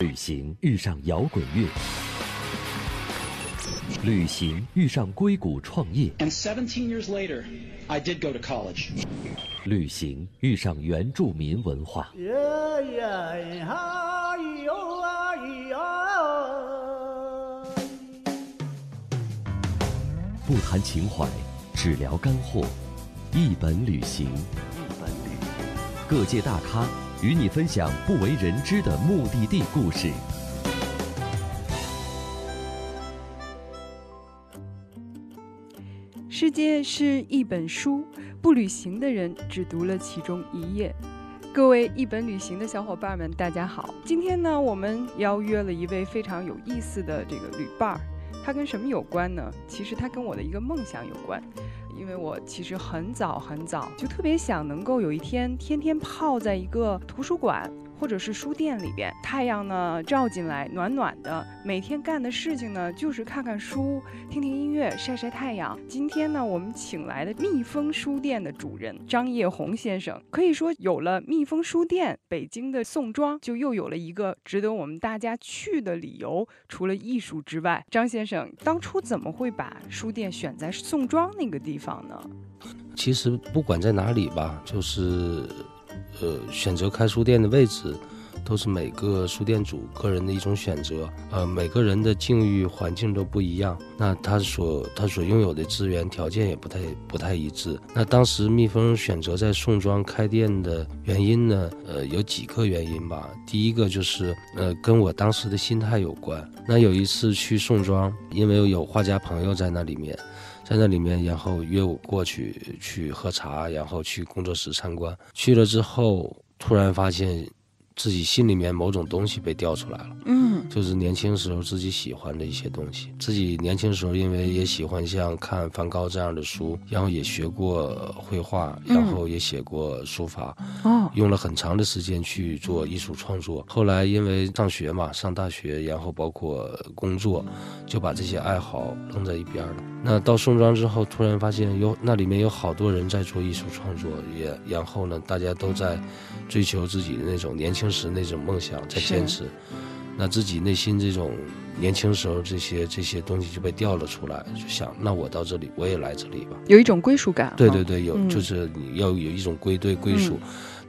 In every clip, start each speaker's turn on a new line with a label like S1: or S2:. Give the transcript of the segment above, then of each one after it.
S1: 旅行遇上摇滚乐，旅行遇上硅谷创业，
S2: And 17 years later, I did go to college.
S1: 旅行遇上原住民文化，
S3: 呀呀呀哟啊呀！
S1: 不谈情怀，只聊干货，一本旅行，各界大咖与你分享不为人知的目的地故事。
S4: 世界是一本书，不旅行的人只读了其中一页。各位一本旅行的小伙伴们，大家好！今天呢，我们邀约了一位非常有意思的这个旅伴儿。他跟什么有关呢？其实他跟我的一个梦想有关，因为我其实很早很早就特别想能够有一天天天泡在一个图书馆或者是书店里边，太阳呢照进来，暖暖的。每天干的事情呢，就是看看书，听听音乐，晒晒太阳。今天呢，我们请来的蜜蜂书店的主人张叶红先生，可以说有了蜜蜂书店，北京的宋庄就又有了一个值得我们大家去的理由。除了艺术之外，张先生当初怎么会把书店选在宋庄那个地方呢？
S5: 其实不管在哪里吧，就是呃选择开书店的位置，都是每个书店主个人的一种选择。呃，每个人的境遇环境都不一样，那他所他所拥有的资源条件也不太不太一致。那当时蜜蜂选择在宋庄开店的原因呢，呃，有几个原因吧。第一个就是呃跟我当时的心态有关。那有一次去宋庄，因为有画家朋友在那里面。在那里面，然后约我过去去喝茶，然后去工作室参观。去了之后，突然发现自己心里面某种东西被调出来了，
S4: 嗯
S5: 就是年轻时候自己喜欢的一些东西。自己年轻时候因为也喜欢像看梵高这样的书，然后也学过绘画，
S4: 嗯
S5: 然后也写过书法，
S4: 哦
S5: 用了很长的时间去做艺术创作。后来因为上学嘛，上大学，然后包括工作，就把这些爱好扔在一边了。那到宋庄之后，突然发现有那里面有好多人在做艺术创作，也然后呢，大家都在追求自己的那种年轻时那种梦想，在坚持。那自己内心这种年轻时候这些这些东西就被调了出来，就想那我到这里，我也来这里吧。
S4: 有一种归属感。
S5: 对对，对，有、
S4: 嗯
S5: 就是你要有一种归队归属。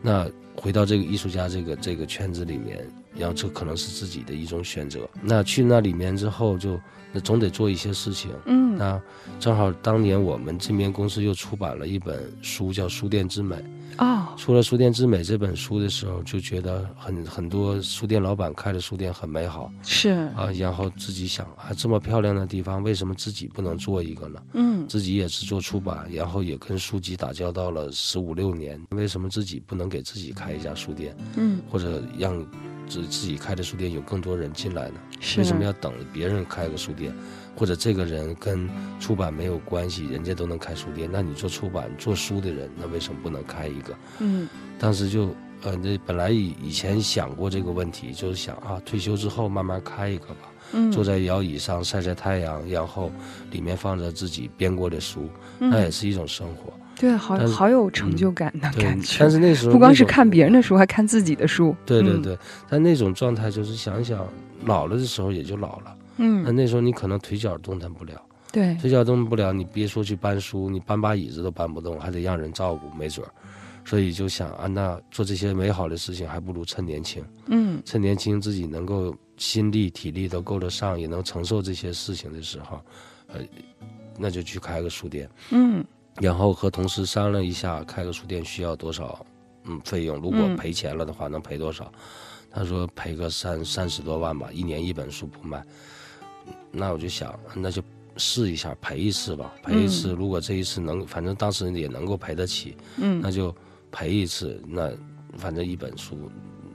S5: 那回到这个艺术家这个这个圈子里面，然后这可能是自己的一种选择。那去那里面之后就，那总得做一些事情。
S4: 嗯
S5: 那正好当年我们这边公司又出版了一本书，叫《书店之美》。
S4: 哦，
S5: 出了《书店之美》这本书的时候，就觉得很很多书店老板开的书店很美好
S4: 是，
S5: 啊，然后自己想啊，这么漂亮的地方，为什么自己不能做一个呢？
S4: 嗯
S5: 自己也是做出版，然后也跟书籍打交道了十五六年。为什么自己不能给自己开一家书店，
S4: 嗯
S5: 或者让自自己开的书店有更多人进来呢？
S4: 是。
S5: 为什么要等别人开个书店，或者这个人跟出版没有关系，人家都能开书店，那你做出版做书的人，那为什么不能开一个？
S4: 嗯
S5: 当时就。呃，那本来以以前想过这个问题，就是想啊，退休之后慢慢开一个吧，
S4: 嗯
S5: 坐在摇椅上晒晒太阳，然后里面放着自己编过的书，那也
S4: 嗯，
S5: 是一种生活。
S4: 对，好
S5: 哎但是嗯
S4: 好有成就感的
S5: 对
S4: 啊感，觉
S5: 但。是那时候
S4: 不光
S5: 那
S4: 是
S5: 种
S4: 看别人的书，还看自己的书。
S5: 对对
S4: 嗯，
S5: 对，但那种状态就是想一想，老了的时候也就老了。那
S4: 嗯，
S5: 那时候你可能腿脚动弹不了，
S4: 对，
S5: 腿脚动弹不了，你别说去搬书，你搬把椅子都搬不动，还得让人照顾，没准儿。所以就想啊，那做这些美好的事情，还不如趁年轻，
S4: 嗯
S5: 趁年轻自己能够心力体力都够得上，也能承受这些事情的时候，呃，那就去开个书店。
S4: 嗯
S5: 然后和同事商量一下，开个书店需要多少，嗯，费用。如果
S4: 嗯
S5: 赔钱了的话，能赔多少？他说赔个三三十多万吧，一年一本书不卖。那我就想，那就试一下，赔一次吧，赔一次。如果这一次能，反正当时也能够赔得起，那
S4: 嗯
S5: 就赔一次。那反正一本书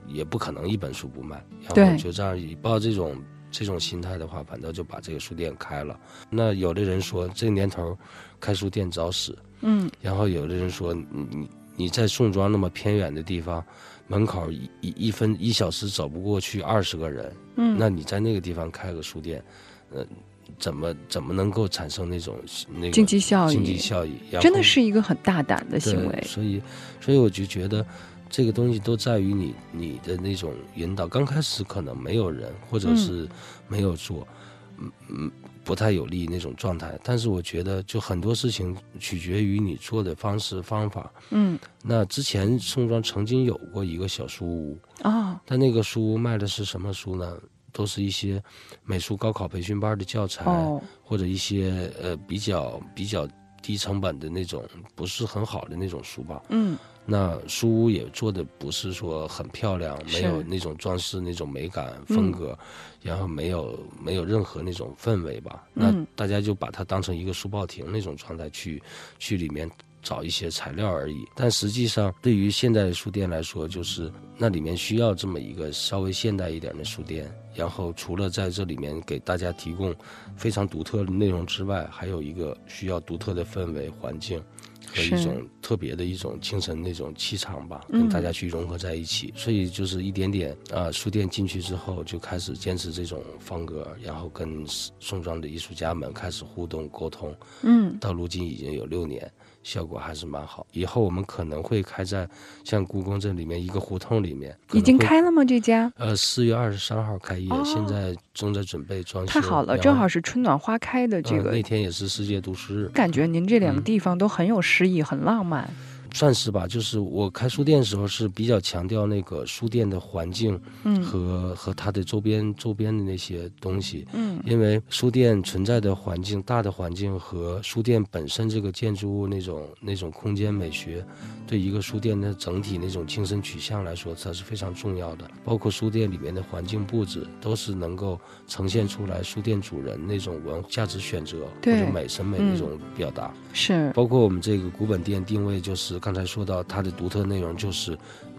S5: 也不可能一本书不卖，
S4: 对
S5: 然后就这样以抱这种这种心态的话，反正就把这个书店开了。那有的人说这年头开书店找死，
S4: 嗯
S5: 然后有的人说你你你在宋庄那么偏远的地方，门口一一一分一小时走不过去二十个人，
S4: 嗯，
S5: 那你在那个地方开个书店，呃，怎么怎么能够产生那种那个
S4: 经济效
S5: 经济
S4: 益
S5: 效益？然后
S4: 真的是一个很大胆的
S5: 对
S4: 行为。
S5: 所以所以我就觉得。这个东西都在于你你的那种引导。刚开始可能没有人，或者
S4: 嗯
S5: 是没有做，嗯嗯，不太有利那种状态。但是我觉得，就很多事情取决于你做的方式方法。
S4: 嗯
S5: 那之前宋庄曾经有过一个小书屋，
S4: 啊
S5: 但那个书屋卖的是什么书呢？都是一些美术高考培训班的教材，
S4: 哦
S5: 或者一些呃比较比较低成本的那种不是很好的那种书吧。
S4: 嗯
S5: 那书屋也做的不是说很漂亮，
S4: 是嗯
S5: 没有那种装饰那种美感风格，然后没有没有任何那种氛围吧。
S4: 嗯
S5: 那大家就把它当成一个书报亭那种状态去去里面找一些材料而已。但实际上，对于现代的书店来说，就是那里面需要这么一个稍微现代一点的书店。然后除了在这里面给大家提供非常独特的内容之外，还有一个需要独特的氛围环境。和
S4: 是
S5: 一种特别的一种精神那种气场吧，
S4: 嗯
S5: 跟大家去融合在一起。所以就是一点点啊、书店进去之后就开始坚持这种风格，然后跟宋庄的艺术家们开始互动沟通。
S4: 嗯
S5: 到如今已经有六年，效果还是蛮好。以后我们可能会开在像故宫这里面一个胡同里面，可能
S4: 已经
S5: 会。
S4: 开了吗？这家
S5: 呃，四月二十三号开业，
S4: 哦
S5: 现在正在准备装修。
S4: 太好了，
S5: 然后
S4: 正好是春暖花开的这
S5: 嗯
S4: 个
S5: 那天也是世界读书日，
S4: 感觉您这两个
S5: 嗯
S4: 地方都很有诗意，很浪漫。
S5: 算是吧，就是我开书店的时候是比较强调那个书店的环境
S4: 嗯
S5: 和、和它的周边周边的那些东西，
S4: 嗯
S5: 因为书店存在的环境、大的环境和书店本身这个建筑物那种那种空间美学，对一个书店的整体那种精神取向来说，它是非常重要的。包括书店里面的环境布置，都是能够呈现出来书店主人那种文价值选择或
S4: 对
S5: 者美审美
S4: 嗯
S5: 那种表达。
S4: 是
S5: 包括我们这个古本店定位，就是刚才说到它的独特内容就是。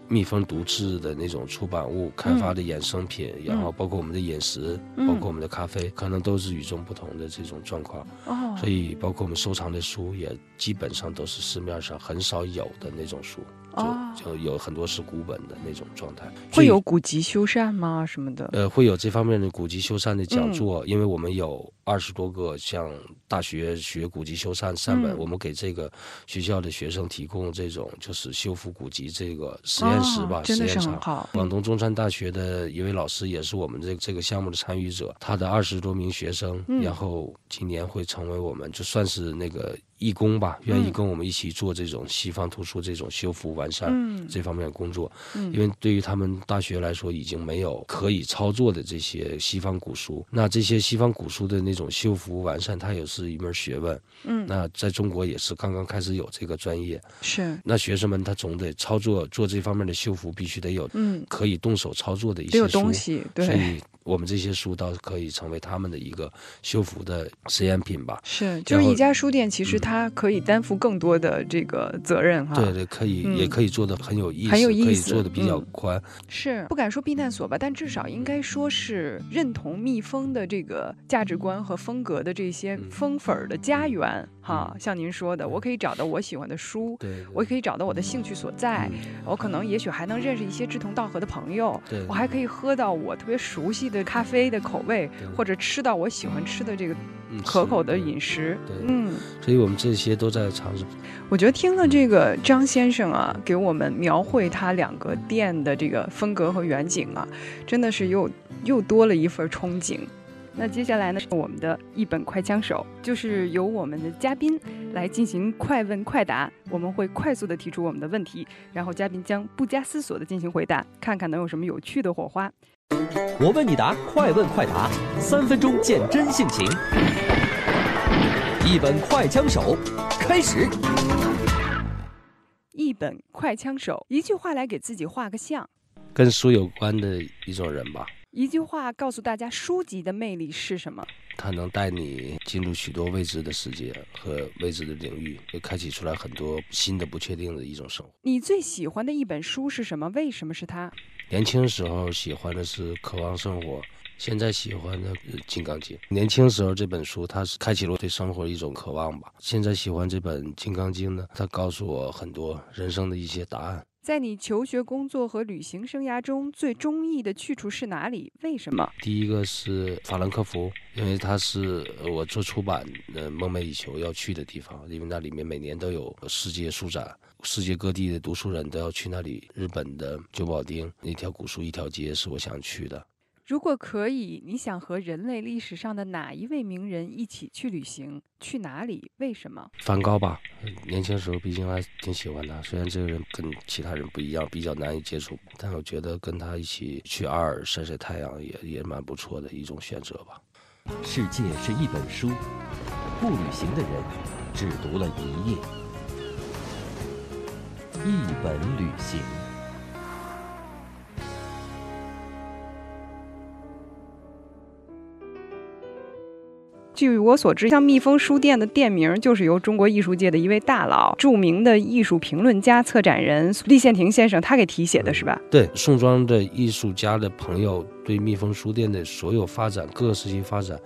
S5: 蜜蜂独制的那种出版物开发的衍生品，然后包括我们的饮食，
S4: 嗯
S5: 包括我们的咖啡，可能都是与众不同的这种状况。
S4: 哦
S5: 所以，包括我们收藏的书，也基本上都是市面上很少有的那种书，就、
S4: 哦
S5: 就有很多是古本的那种状态。
S4: 会
S5: 最
S4: 有古籍修缮吗？什么的？嗯
S5: 呃，会有这方面的古籍修缮的讲座，因为我们有二十多个像大学学古籍修缮善本，
S4: 嗯
S5: 我们给这个学校的学生提供这种就是修复古籍这个实验室吧，嗯
S4: 哦真
S5: 实
S4: 的
S5: 验
S4: 是很
S5: 场。
S4: 好。
S5: 广东中山大学的一位老师也是我们这这个项目的参与者，他的二十多名学生，
S4: 嗯
S5: 然后今年会成为我们就算是那个义工吧，愿意
S4: 嗯
S5: 跟我们一起做这种西方图书这种修复完善。
S4: 嗯
S5: 这方面的工作，
S4: 嗯
S5: 因为对于他们大学来说，已经没有可以操作的这些西方古书。那这些西方古书的那种修复完善，它也是一门学问。
S4: 嗯，
S5: 那在中国也是刚刚开始有这个专业。
S4: 是
S5: 那学生们他总得操作做这方面的修复，必须得有
S4: 嗯，
S5: 可以动手操作的一
S4: 得
S5: 些
S4: 有
S5: 书。
S4: 东西，
S5: 所
S4: 对，
S5: 以我们这些书倒是可以成为他们的一个修复的实验品吧。
S4: 是就是
S5: 然后
S4: 一家书店，其实
S5: 嗯
S4: 它可以担负更多的这个责任哈。
S5: 对对，可以，
S4: 嗯
S5: 也可以做的很有意思，
S4: 很有意
S5: 可以
S4: 思
S5: 做的比较
S4: 嗯
S5: 宽。
S4: 是不敢说避难所吧，但至少应该说是认同蜜蜂的这个价值观和风格的这些
S5: 嗯
S4: 蜂粉儿的家园哈。像您说的，我可以找到我喜欢的书，
S5: 对对，
S4: 我可以哎找到我的兴趣所在，
S5: 嗯
S4: 我可能也许还能认识一些志同道合的朋友，
S5: 对
S4: 我还可以喝到我特别熟悉的咖啡的口味，
S5: 对
S4: 或者吃到我喜欢吃的这个
S5: 嗯
S4: 可
S5: 是
S4: 口的
S5: 对
S4: 饮食。
S5: 对
S4: 嗯，
S5: 所以我们这些都在尝试。
S4: 我觉得听了这个张先生啊，给我们描绘他两个店的这个风格和远景啊，真的是又又多了一份憧憬。那接下来呢，是我们的一本快枪手，就是由我们的嘉宾来进行快问快答。我们会快速的提出我们的问题，然后嘉宾将不加思索的进行回答，看看能有什么有趣的火花。
S1: 我问你答，快问快答，三分钟见真性情。一本快枪手，开始。
S4: 一本快枪手，一句话来给自己画个像，
S5: 跟书有关的一种人吧，
S4: 一句话告诉大家书籍的魅力是什么。
S5: 他能带你进入许多未知的世界和未知的领域，会开启出来很多新的不确定的一种生活。
S4: 你最喜欢的一本书是什么？为什么是它？
S5: 年轻时候喜欢的是《渴望生活》，现在喜欢的呃《金刚经》。年轻时候这本书，它是开启了我对生活的一种渴望吧。现在喜欢这本《金刚经》呢，它告诉我很多人生的一些答案。
S4: 在你求学、工作和旅行生涯中，最中意的去处是哪里？为什么？
S5: 第一个是法兰克福，因为它是呃我做出版呃梦寐以求要去的地方，因为那里面每年都有世界书展，世界各地的读书人都要去那里。日本的久保町那条古树一条街是我想去的。
S4: 如果可以，你想和人类历史上的哪一位名人一起去旅行？去哪里？为什么？
S5: 梵高吧，呃年轻时候毕竟还挺喜欢他，虽然这个人跟其他人不一样，比较难以接触，但我觉得跟他一起去阿尔晒晒太阳也也蛮不错的一种选择吧。
S1: 世界是一本书，不旅行的人只读了一页。一本旅行，
S4: 据我所知，像蜜蜂书店的店名就是由中国艺术界的一位大佬、著名的艺术评论家、策展人栗宪庭先生他给题写的，是吧？
S5: 对，宋庄的艺术家的朋友对蜜蜂书店的所有发展，各个时期发展，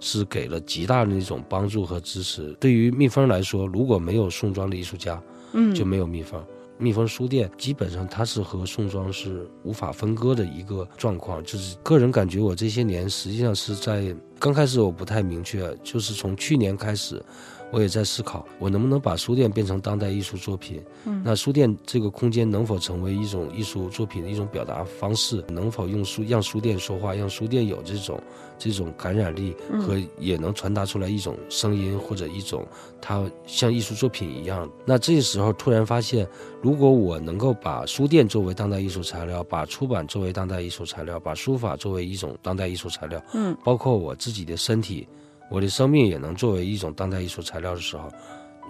S5: 是给了极大的一种帮助和支持。对于蜜蜂来说，如果没有宋庄的艺术家，
S4: 嗯，
S5: 就没有蜜蜂。蜜蜂书店基本上它是和宋庄是无法分割的一个状况，就是个人感觉我这些年实际上是在刚开始我不太明确，就是从去年开始，我也在思考我能不能把书店变成当代艺术作品。
S4: 嗯
S5: 那书店这个空间能否成为一种艺术作品的一种表达方式？能否用书让书店说话，让书店有这种这种感染力
S4: 嗯
S5: 和也能传达出来一种声音或者一种它像艺术作品一样？那这时候突然发现，如果我能够把书店作为当代艺术材料，把出版作为当代艺术材料，把书法作为一种当代艺术材料，
S4: 嗯，
S5: 包括我自己的身体，我的生命也能作为一种当代艺术材料的时候，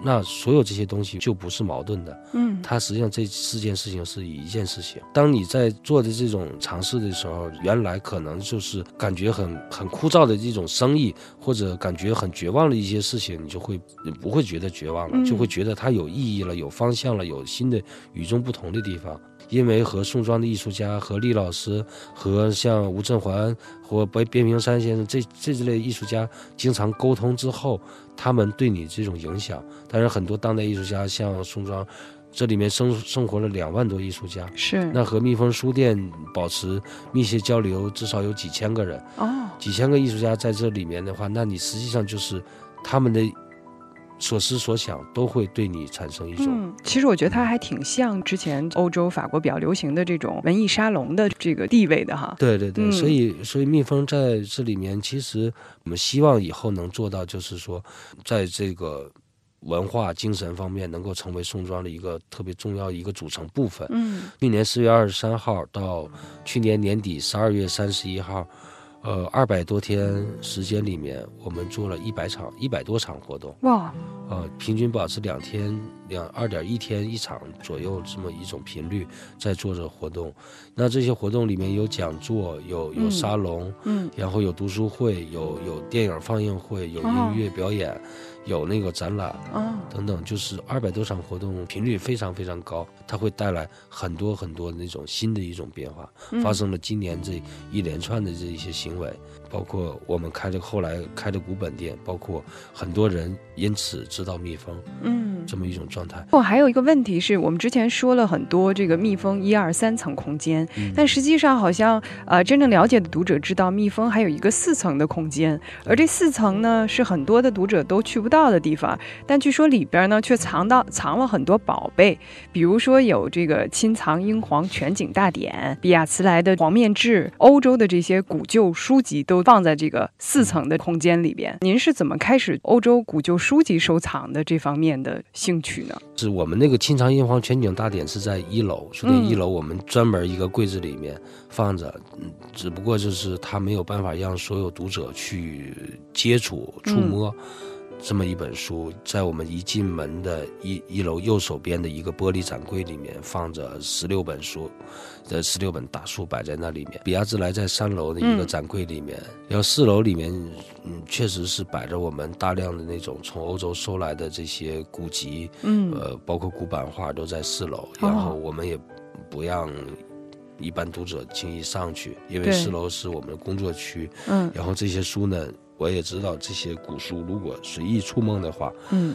S5: 那所有这些东西就不是矛盾的。
S4: 嗯
S5: 它实际上这四件事情是一件事情。当你在做的这种尝试的时候，原来可能就是感觉很很枯燥的一种生意，或者感觉很绝望的一些事情，你就会你不会觉得绝望
S4: 嗯
S5: 了，就会觉得它有意义了，有方向了，有新的与众不同的地方。因为和宋庄的艺术家、和厉老师、和像吴振环或边边平山先生这这之类艺术家经常沟通之后，他们对你这种影响。当然，很多当代艺术家像宋庄，这里面生生活了两万多艺术家。
S4: 是
S5: 那和蜜蜂书店保持密切交流，至少有几千个人，
S4: 哦，
S5: 几千个艺术家在这里面的话，那你实际上就是他们的所思所想都会对你产生一种
S4: 嗯，其实我觉得它还挺像之前欧洲法国比较流行的这种文艺沙龙的这个地位的哈。
S5: 对对对，
S4: 嗯
S5: 所以所以蜜蜂在这里面，其实我们希望以后能做到，就是说，在这个文化精神方面，能够成为宋庄的一个特别重要的一个组成部分。
S4: 嗯
S5: 去年四月二十三号到去年年底十二月三十一号，呃，二百多天时间里面，我们做了一百场一百多场活动，
S4: 哇，
S5: 呃，平均保持两天两二点一天一场左右这么一种频率在做着活动。那这些活动里面有讲座，有有
S4: 嗯
S5: 沙龙，
S4: 嗯
S5: 然后有读书会，有有电影放映会，有
S4: 哦
S5: 音乐表演，有那个展览。
S4: 哦，
S5: 等等，就是二百多场活动，频率非常非常高，它会带来很多很多那种新的一种变化，
S4: 嗯
S5: 发生了今年这一连串的这一些行为，包括我们开的后来开的古本店，包括很多人因此知道蜜蜂
S4: 嗯。
S5: 这么一种状态。
S4: 我还有一个问题是我们之前说了很多这个蜜蜂一二三层空间，但实际上好像呃真正了解的读者知道，蜜蜂还有一个四层的空间，而这四层呢是很多的读者都去不到的地方，但据说里边呢却藏到藏了很多宝贝，比如说有这个亲藏英皇全景大典、比亚茨莱的黄面志、欧洲的这些古旧书籍都放在这个四层的空间里边。您是怎么开始欧洲古旧书籍收藏的这方面的兴趣呢？
S5: 是我们那个清藏印皇全景大典是在一楼，书店一楼，我们专门一个柜子里面放着，嗯，只不过就是它没有办法让所有读者去接触、触摸。这么一本书，在我们一进门的一一楼右手边的一个玻璃展柜里面放着十六本书，这十六本大书摆在那里面。比亚兹莱在三楼的一个
S4: 嗯
S5: 展柜里面，然后四楼里面，嗯，确实是摆着我们大量的那种从欧洲收来的这些古籍，
S4: 嗯哦
S5: 呃，包括古版画都在四楼，然后我们也不让一般读者轻易上去，因为
S4: 对
S5: 四楼是我们的工作区。
S4: 嗯
S5: 然后这些书呢，我也知道这些古书如果随意触碰的话，
S4: 嗯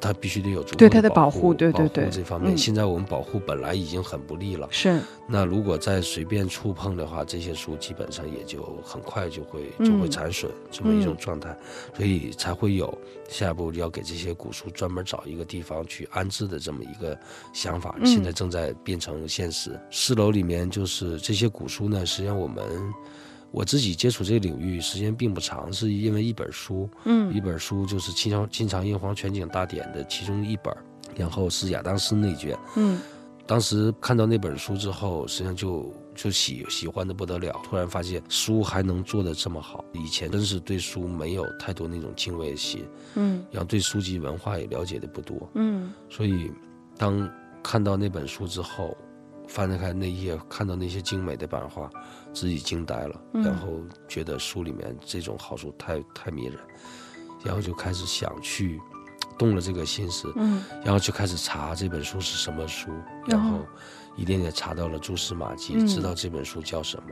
S5: 它必须得有足够
S4: 对它的保
S5: 保
S4: 护对对
S5: 保护
S4: 对
S5: 这方面，
S4: 嗯
S5: 现在我们保护本来已经很不利了，
S4: 是，
S5: 那如果再随便触碰的话，这些书基本上也就很快就会
S4: 嗯
S5: 就会产损这么一种
S4: 嗯
S5: 状态，所以才会有下一步要给这些古书专门找一个地方去安置的这么一个想法。
S4: 嗯
S5: 现在正在变成现实。四楼里面就是这些古书呢，实际上我们我自己接触这个领域时间并不长，是因为一本书，一
S4: 嗯
S5: 本书就是《金朝金朝炎黄全景大典》的其中一本，然后是亚当斯内卷。
S4: 嗯
S5: 当时看到那本书之后，实际上就就喜喜欢的不得了。突然发现书还能做的这么好，以前真是对书没有太多那种敬畏心，
S4: 嗯
S5: 然后对书籍文化也了解的不多。
S4: 嗯
S5: 所以，当看到那本书之后，翻开那一页，看到那些精美的版画，自己惊呆了，
S4: 嗯
S5: 然后觉得书里面这种好书太太迷人，然后就开始想去动了这个心思，
S4: 嗯
S5: 然后就开始查这本书是什么书，
S4: 然
S5: 然
S4: 后
S5: 后一点点查到了蛛丝马迹，
S4: 嗯
S5: 知道这本书叫什么，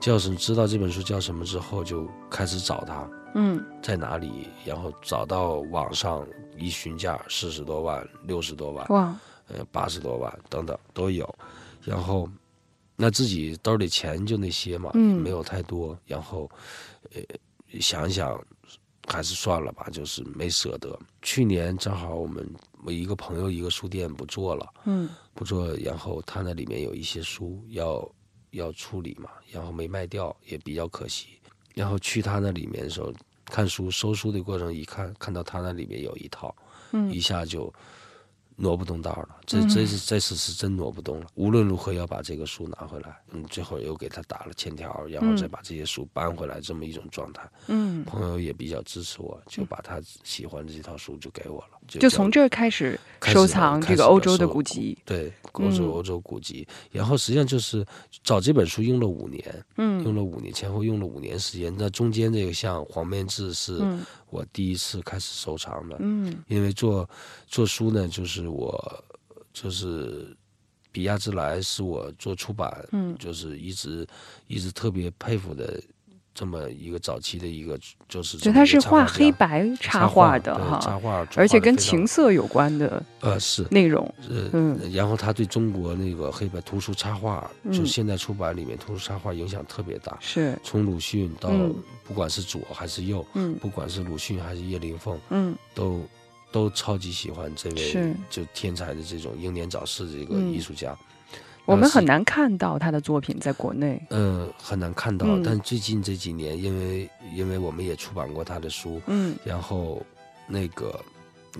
S5: 叫什么知道这本书叫什么之后，就开始找它
S4: 嗯
S5: 在哪里，然后找到网上一询价四十多万、六十多万、
S4: 哇
S5: 呃八十多万等等都有，然后。那自己兜里钱就那些嘛，
S4: 嗯
S5: 没有太多。然后，呃，想一想，还是算了吧，就是没舍得。去年正好我们我一个朋友一个书店不做了，
S4: 嗯
S5: 不做，然后他那里面有一些书要要处理嘛，然后没卖掉也比较可惜。然后去他那里面的时候，看书搜书的过程，一看看到他那里面有一套，一
S4: 嗯
S5: 下就挪不动道了。这
S4: 嗯
S5: 这是这次是真挪不动了，无论如何要把这个书拿回来。嗯，最后又给他打了欠条，然后
S4: 嗯
S5: 再把这些书搬回来，这么一种状态。
S4: 嗯，
S5: 朋友也比较支持我，就把他喜欢的这套书就给我了，就
S4: 就
S5: 交
S4: 从这儿开始
S5: 开始
S4: 收
S5: 了
S4: 藏
S5: 开
S4: 这个
S5: 始
S4: 欧
S5: 了
S4: 洲的
S5: 收
S4: 古籍。
S5: 对，欧洲
S4: 嗯
S5: 欧洲古籍。然后实际上就是找这本书用了五年，用
S4: 嗯
S5: 了五年，前后用了五年时间。那中间这个像黄面志是
S4: 嗯
S5: 我第一次开始收藏的，
S4: 嗯
S5: 因为做做书呢，就是我就是比亚之来是我做出版，
S4: 嗯
S5: 就是一直一直特别佩服的。这么一个早期的一个，就是
S4: 就
S5: 这么
S4: 他
S5: 一个
S4: 是
S5: 插
S4: 画
S5: 家
S4: 黑白插
S5: 插
S4: 画的
S5: 对插
S4: 哈，
S5: 画，
S4: 而且
S5: 画得
S4: 跟
S5: 非常
S4: 情色有关的
S5: 呃是
S4: 内容。
S5: 呃，
S4: 嗯
S5: 然后他对中国那个黑白图书插画，就
S4: 嗯
S5: 现代出版里面图书插画影响特别大，
S4: 是，
S5: 从鲁迅到
S4: 嗯
S5: 不管是左还是右，
S4: 嗯
S5: 不管是鲁迅还是叶灵凤，
S4: 嗯
S5: 都都超级喜欢这
S4: 是
S5: 位就天才的这种英年早逝的这个
S4: 嗯
S5: 艺术家。
S4: 我们很
S5: 难。
S4: 难看到他的作品在国内。
S5: 嗯，很难看到。
S4: 嗯
S5: 但最近这几年，因为因为我们也出版过他的书，
S4: 嗯
S5: 然后那个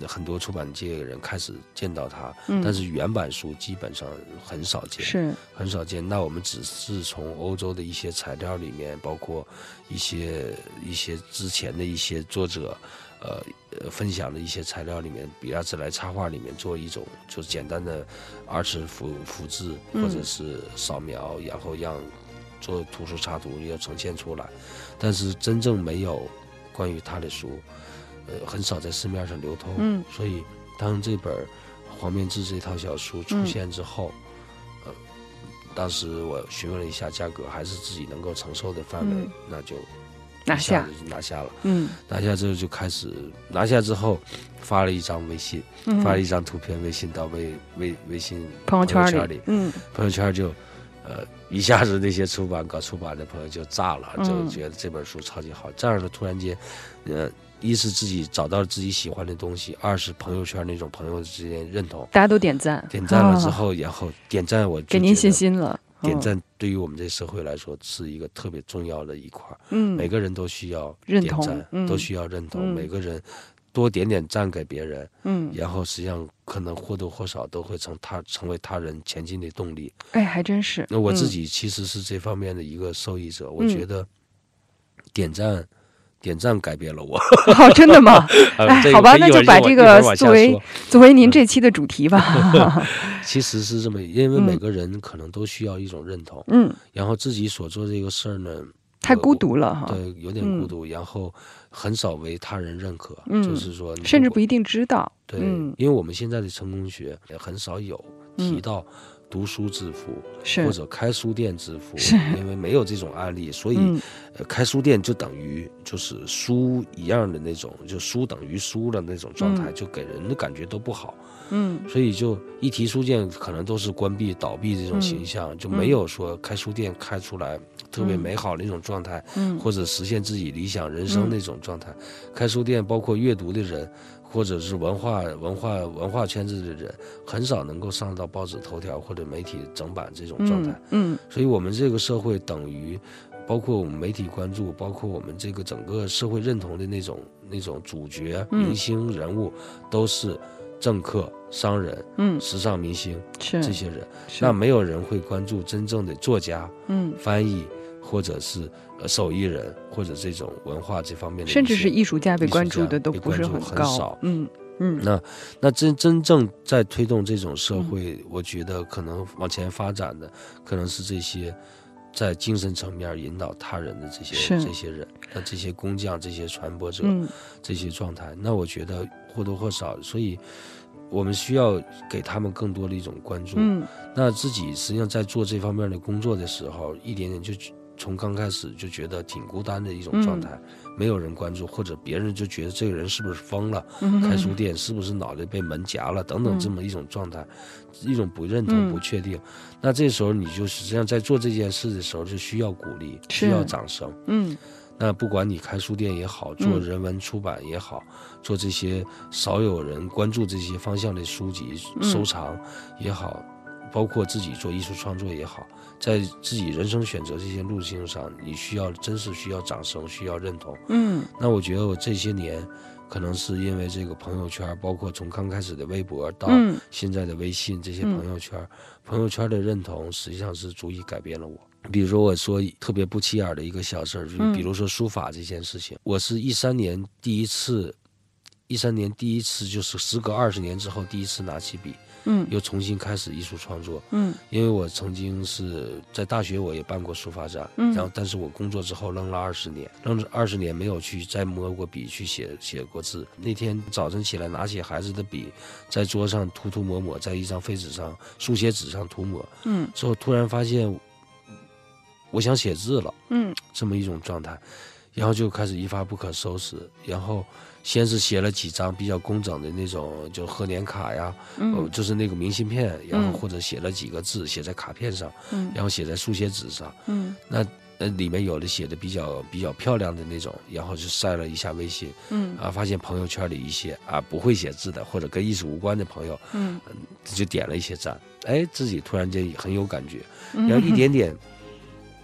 S5: 很多出版界的人开始见到他，
S4: 嗯，
S5: 但是原版书基本上很少见，
S4: 是
S5: 很少见。那我们只是从欧洲的一些材料里面，包括一些一些之前的一些作者，呃呃分享的一些材料里面，比亚兹莱插画里面做一种就简单的二次复复制
S4: 嗯
S5: 或者是扫描，然后让做图书插图要呈现出来，但是真正没有关于他的书，呃很少在市面上流通。
S4: 嗯
S5: 所以当这本《黄面志》这套小书出
S4: 嗯
S5: 现之后，呃，当时我询问了一下价格，还是自己能够承受的范围，
S4: 嗯
S5: 那就
S4: 拿
S5: 一下
S4: 下
S5: 子。就拿下了。
S4: 嗯
S5: 拿下之后就开始拿下之后，发了一张微信，
S4: 嗯，
S5: 发了一张图片微信到微微微信
S4: 朋友圈
S5: 圈
S4: 里，嗯
S5: 朋友圈就，呃，一下子那些出版搞出版的朋友就炸了，就
S4: 嗯
S5: 觉得这本书超级好。这样的突然间，呃，一是自己找到了自己喜欢的东西，二是朋友圈那种朋友之间认同，
S4: 大家都点赞，
S5: 点赞了之
S4: 啊
S5: 后，然后点赞我就
S4: 给您
S5: 觉得
S4: 信。心了。
S5: 点
S4: 嗯，
S5: 赞对于我们这社会来说是一个特别重要的一块儿，
S4: 嗯，
S5: 每个人都需要
S4: 认
S5: 点
S4: 同
S5: 赞
S4: 嗯
S5: 都需要认同，
S4: 嗯
S5: 每个人多点点赞给别人，
S4: 嗯，
S5: 然后实际上可能或多或少都会成他成为他人前进的动力。
S4: 哎，还真是。
S5: 那我自
S4: 嗯
S5: 己其实是这方面的一个受益者，
S4: 嗯
S5: 我觉得点赞。点赞改变了我，
S4: 哦，真的吗？哎
S5: 这
S4: 好吧
S5: 一会儿
S4: 那就把
S5: 一会儿
S4: 这个
S5: 一会儿往下
S4: 作为
S5: 说
S4: 作为您这期的主题吧。
S5: 其实是这么，因为每
S4: 嗯
S5: 个人可能都需要一种认同，
S4: 嗯，
S5: 然后自己所做这个事儿呢，
S4: 太
S5: 我
S4: 孤，独了
S5: 我
S4: 哈，
S5: 对，有点
S4: 嗯
S5: 孤独，然后很少为他人认可，
S4: 嗯
S5: 就是说你如果，
S4: 甚至不一定知道。
S5: 对，
S4: 嗯
S5: 因为我们现在的成功学也很少有提
S4: 嗯
S5: 到读书致富，
S4: 是
S5: 或者开书店致富，
S4: 是
S5: 因为没有这种案例，所以、
S4: 嗯
S5: 呃开书店就等于就是书一样的那种，就书等于书的那种状态，
S4: 嗯
S5: 就给人的感觉都不好。
S4: 嗯
S5: 所以就一提书店，可能都是关闭、倒闭
S4: 嗯
S5: 这种形象，就没有说开书店开出来特别美好的那种状态，
S4: 嗯
S5: 或者实现自己理想人生那种状态。开书店，包括阅读的人，或者是文化、文化、文化圈子的人，很少能够上到报纸头条或者媒体整版这种状态。
S4: 嗯
S5: 所以我们这个社会等于，包括我们媒体关注，包括我们这个整个社会认同的那种那种主角、
S4: 嗯
S5: 明星人物，都是政客、商人、
S4: 嗯，
S5: 时尚明星
S4: 是
S5: 这些人。
S4: 是
S5: 那没有人会关注真正的作家、
S4: 嗯，
S5: 翻译，或者是呃手艺人，或者这种文化这方面的一些，
S4: 甚至是艺术家被
S5: 艺术
S4: 关注
S5: 家
S4: 的都
S5: 被
S4: 不是
S5: 关注很
S4: 高
S5: 少，
S4: 嗯嗯
S5: 那那真真正在推动这种社会，我觉得可能往前发展的，可能是这些在精神层面引导他人的这些
S4: 是
S5: 这些人，那这些工匠、这些传播者、
S4: 嗯
S5: 这些状态。那我觉得或多或少，所以我们需要给他们更多的一种关注。
S4: 嗯
S5: 那自己实际上在做这方面的工作的时候，一点点就觉从刚开始就觉得挺孤单的一种状态，
S4: 嗯
S5: 没有人关注，或者别人就觉得这个人是不是疯了，
S4: 嗯
S5: 开书店是不是脑袋被门夹了等等
S4: 嗯
S5: 这么一种状态，一种不认
S4: 嗯
S5: 同、不确定。那这时候你就实际上在做这件事的时候，就需要鼓励，
S4: 是
S5: 需要掌声。
S4: 嗯
S5: 那不管你开书店也好，做
S4: 嗯
S5: 人文出版也好，做这些少有人关注这些方向的书籍
S4: 嗯
S5: 收藏也好，包括自己做艺术创作也好，在自己人生选择这些路径上，你需要真是需要掌声，需要认同。
S4: 嗯
S5: 那我觉得我这些年，可能是因为这个朋友圈，包括从刚开始的微博到
S4: 嗯
S5: 现在的微信这些
S4: 嗯
S5: 朋友圈，朋友圈的认同实际上是足以改变了我。比如说，我说特别不起眼的一个小事儿，就
S4: 嗯
S5: 比如说书法这件事情，我是一三年第一次，一三年第一次就是时隔二十年之后第一次拿起笔，
S4: 嗯
S5: 又重新开始艺术创作。
S4: 嗯
S5: 因为我曾经是在大学我也办过书法展，
S4: 嗯
S5: 然后但是我工作之后扔了二十年，扔了二十年没有去再摸过笔去写写过字。那天早晨起来拿起孩子的笔，在桌上涂涂抹抹，在一张废纸上速写纸上涂抹，
S4: 嗯
S5: 之后突然发现我想写字了，
S4: 嗯
S5: 这么一种状态，然后就开始一发不可收拾，然后先是写了几张比较工整的那种就贺年卡呀，呃，
S4: 嗯
S5: 就是那个明信片，然后
S4: 嗯
S5: 或者写了几个字，写在卡片上，
S4: 嗯
S5: 然后写在速写纸上。
S4: 嗯
S5: 那呃里面有的写的比较比较漂亮的那种，然后就晒了一下微信
S4: 嗯
S5: 啊，发现朋友圈里一些啊不会写字的或者跟艺术无关的朋友，
S4: 嗯，
S5: 就点了一些赞，哎，自己突然间很有感觉，
S4: 然
S5: 然后一点点，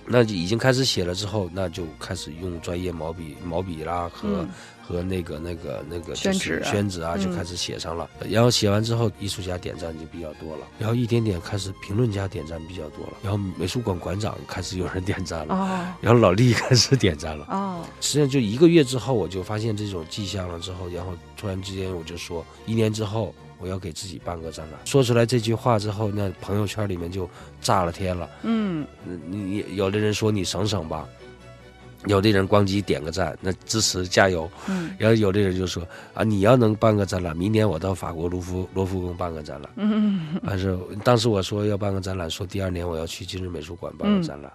S5: 那就已经开始写了之后，那就开始用专业毛笔、毛笔啦和、和那个那个那个就是
S4: 嗯宣纸啊
S5: 宣纸啊，
S4: 嗯
S5: 就开始写上了。然后写完之后，艺术家点赞就比较多了，然后一点点开始评论家点赞比较多了，然后美术馆馆长开始有人点赞了，
S4: 哦
S5: 然后老厉开始点赞了。
S4: 哦
S5: 实际上就一个月之后，我就发现这种迹象了之后，然后突然之间我就说，一年之后我要给自己办个展览。说出来这句话之后，那朋友圈里面就炸了天了。
S4: 嗯
S5: 嗯你你有的人说你省省吧，有的人咣叽点个赞，那支持加油。
S4: 嗯
S5: 然后有的人就说啊，你要能办个展览，明年我到法国卢浮罗浮宫办个展览。
S4: 嗯
S5: 但是当时我说要办个展览，说第二年我要去今日美术馆办
S4: 嗯
S5: 个展览，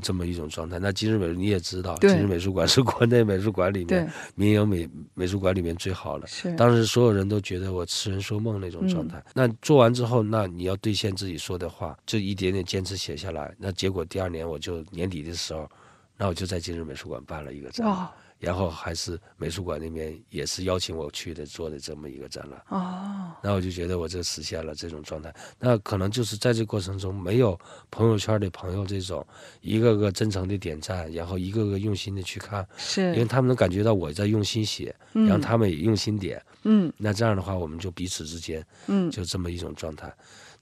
S5: 这么一种状态。那今日美你也知道，
S4: 对
S5: 今日美术馆是国内美术馆里
S4: 对
S5: 面民营美美术馆里面最好的。
S4: 是嗯
S5: 当时所有人都觉得我痴人说梦那种状态。那做完之后，那你要兑现自己说的话，就一点点坚持写下来。那结果第二年我就年底的时候，那我就在今日美术馆办了一个展览，
S4: 哇
S5: 然后还是美术馆那边也是邀请我去的做的这么一个展览。
S4: 哦
S5: 那我就觉得我这实现了这种状态。那可能就是在这过程中，没有朋友圈的朋友这种一个个真诚的点赞，然后一个个用心的去看，因为
S4: 是，
S5: 他们能感觉到我在用心写，
S4: 嗯
S5: 然后他们也用心点。
S4: 嗯
S5: 那这样的话，我们就彼此之间
S4: 嗯
S5: 就这么一种状态。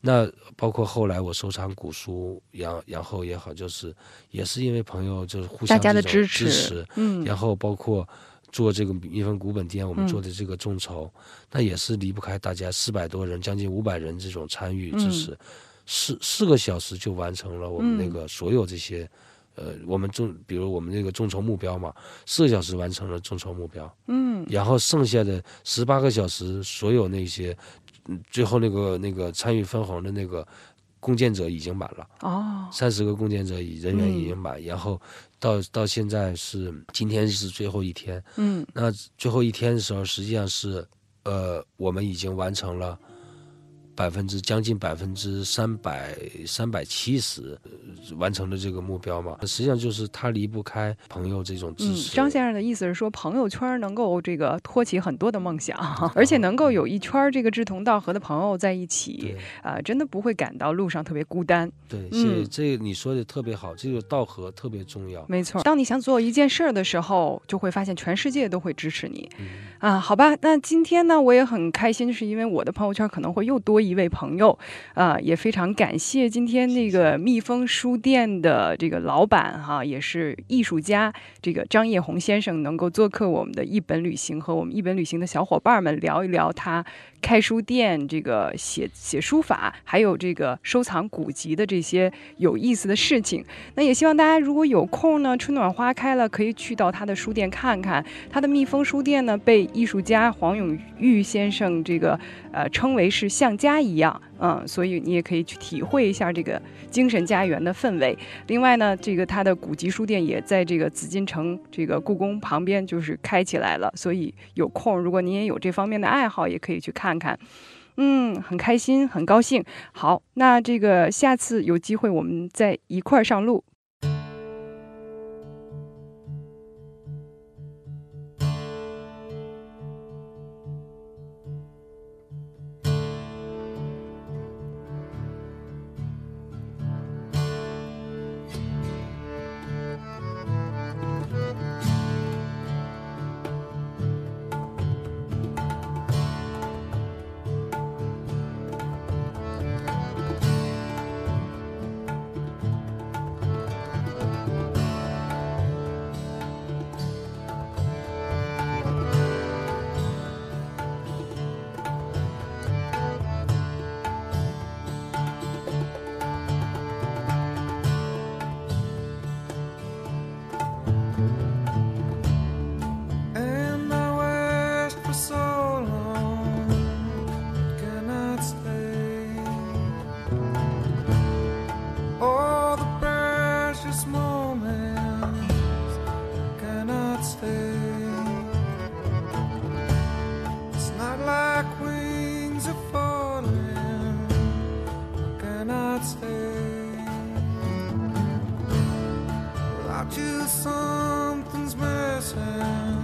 S5: 那包括后来我收藏古书，然然后也好，就是也是因为朋友就是互
S4: 大
S5: 相
S4: 家的
S5: 这种
S4: 支
S5: 支
S4: 持
S5: 持，
S4: 嗯
S5: 然后包括做这个一份古本店，我
S4: 嗯
S5: 们做的这个众筹，那也是离不开大家四百多人，将近五百人这种参与支持，四四个小时就完成了我们那
S4: 嗯
S5: 个所有这些，呃，我们众比如我们那个众筹目标嘛，四个小时完成了众筹目标，
S4: 嗯
S5: 然后剩下的十八个小时，所有那些，嗯最后那个那个参与分红的那个。共建者已经满了，
S4: 哦，
S5: 三十个共建者已人员已经
S4: 嗯
S5: 满，然后到到现在是今天是最后一天，
S4: 嗯
S5: 那最后一天的时候，实际上是，呃，我们已经完成了百分之将近百分之三百三百七十呃完成了这个目标嘛。实际上就是他离不开朋友这种支
S4: 嗯，
S5: 持。
S4: 张先生的意思是说，朋友圈能够这个托起很多的梦想，
S5: 啊
S4: 而且能够有一圈儿这个志同道合的朋友在一起
S5: 嗯对，
S4: 啊、真的不会感到路上特别孤单。
S5: 对，
S4: 嗯
S5: 谢谢，这个你说的特别好，这个道合特别重要。
S4: 没错，当你想做一件事儿的时候，就会发现全世界都会支持你。啊，好吧，那今天呢，我也很开心，是因为我的朋友圈可能会又多一位朋友，啊，也非常感谢今天那个蜜蜂书店的这个老板哈、也是艺术家这个张叶红先生能够做客我们的一本旅行，和我们一本旅行的小伙伴们聊一聊他开书店这个写写书法，还有这个收藏古籍的这些有意思的事情。那也希望大家如果有空呢，春暖花开了，可以去到他的书店看看。他的蜜蜂书店呢，被艺术家黄永玉先生这个呃称为是像家一样，嗯，所以你也可以去体会一下这个精神家园的氛围。另外呢，这个他的古籍书店也在这个紫禁城这个故宫旁边就是开起来了，所以有空如果您也有这方面的爱好，也可以去看看。嗯，很开心，很高兴。好，那这个下次有机会我们再一块儿上路。
S6: And I wished for so long, could not stay. All the precious moments cannot stay. It's not like wings are falling, cannot stay. Without you, something's missing. Oh. Ah, ah,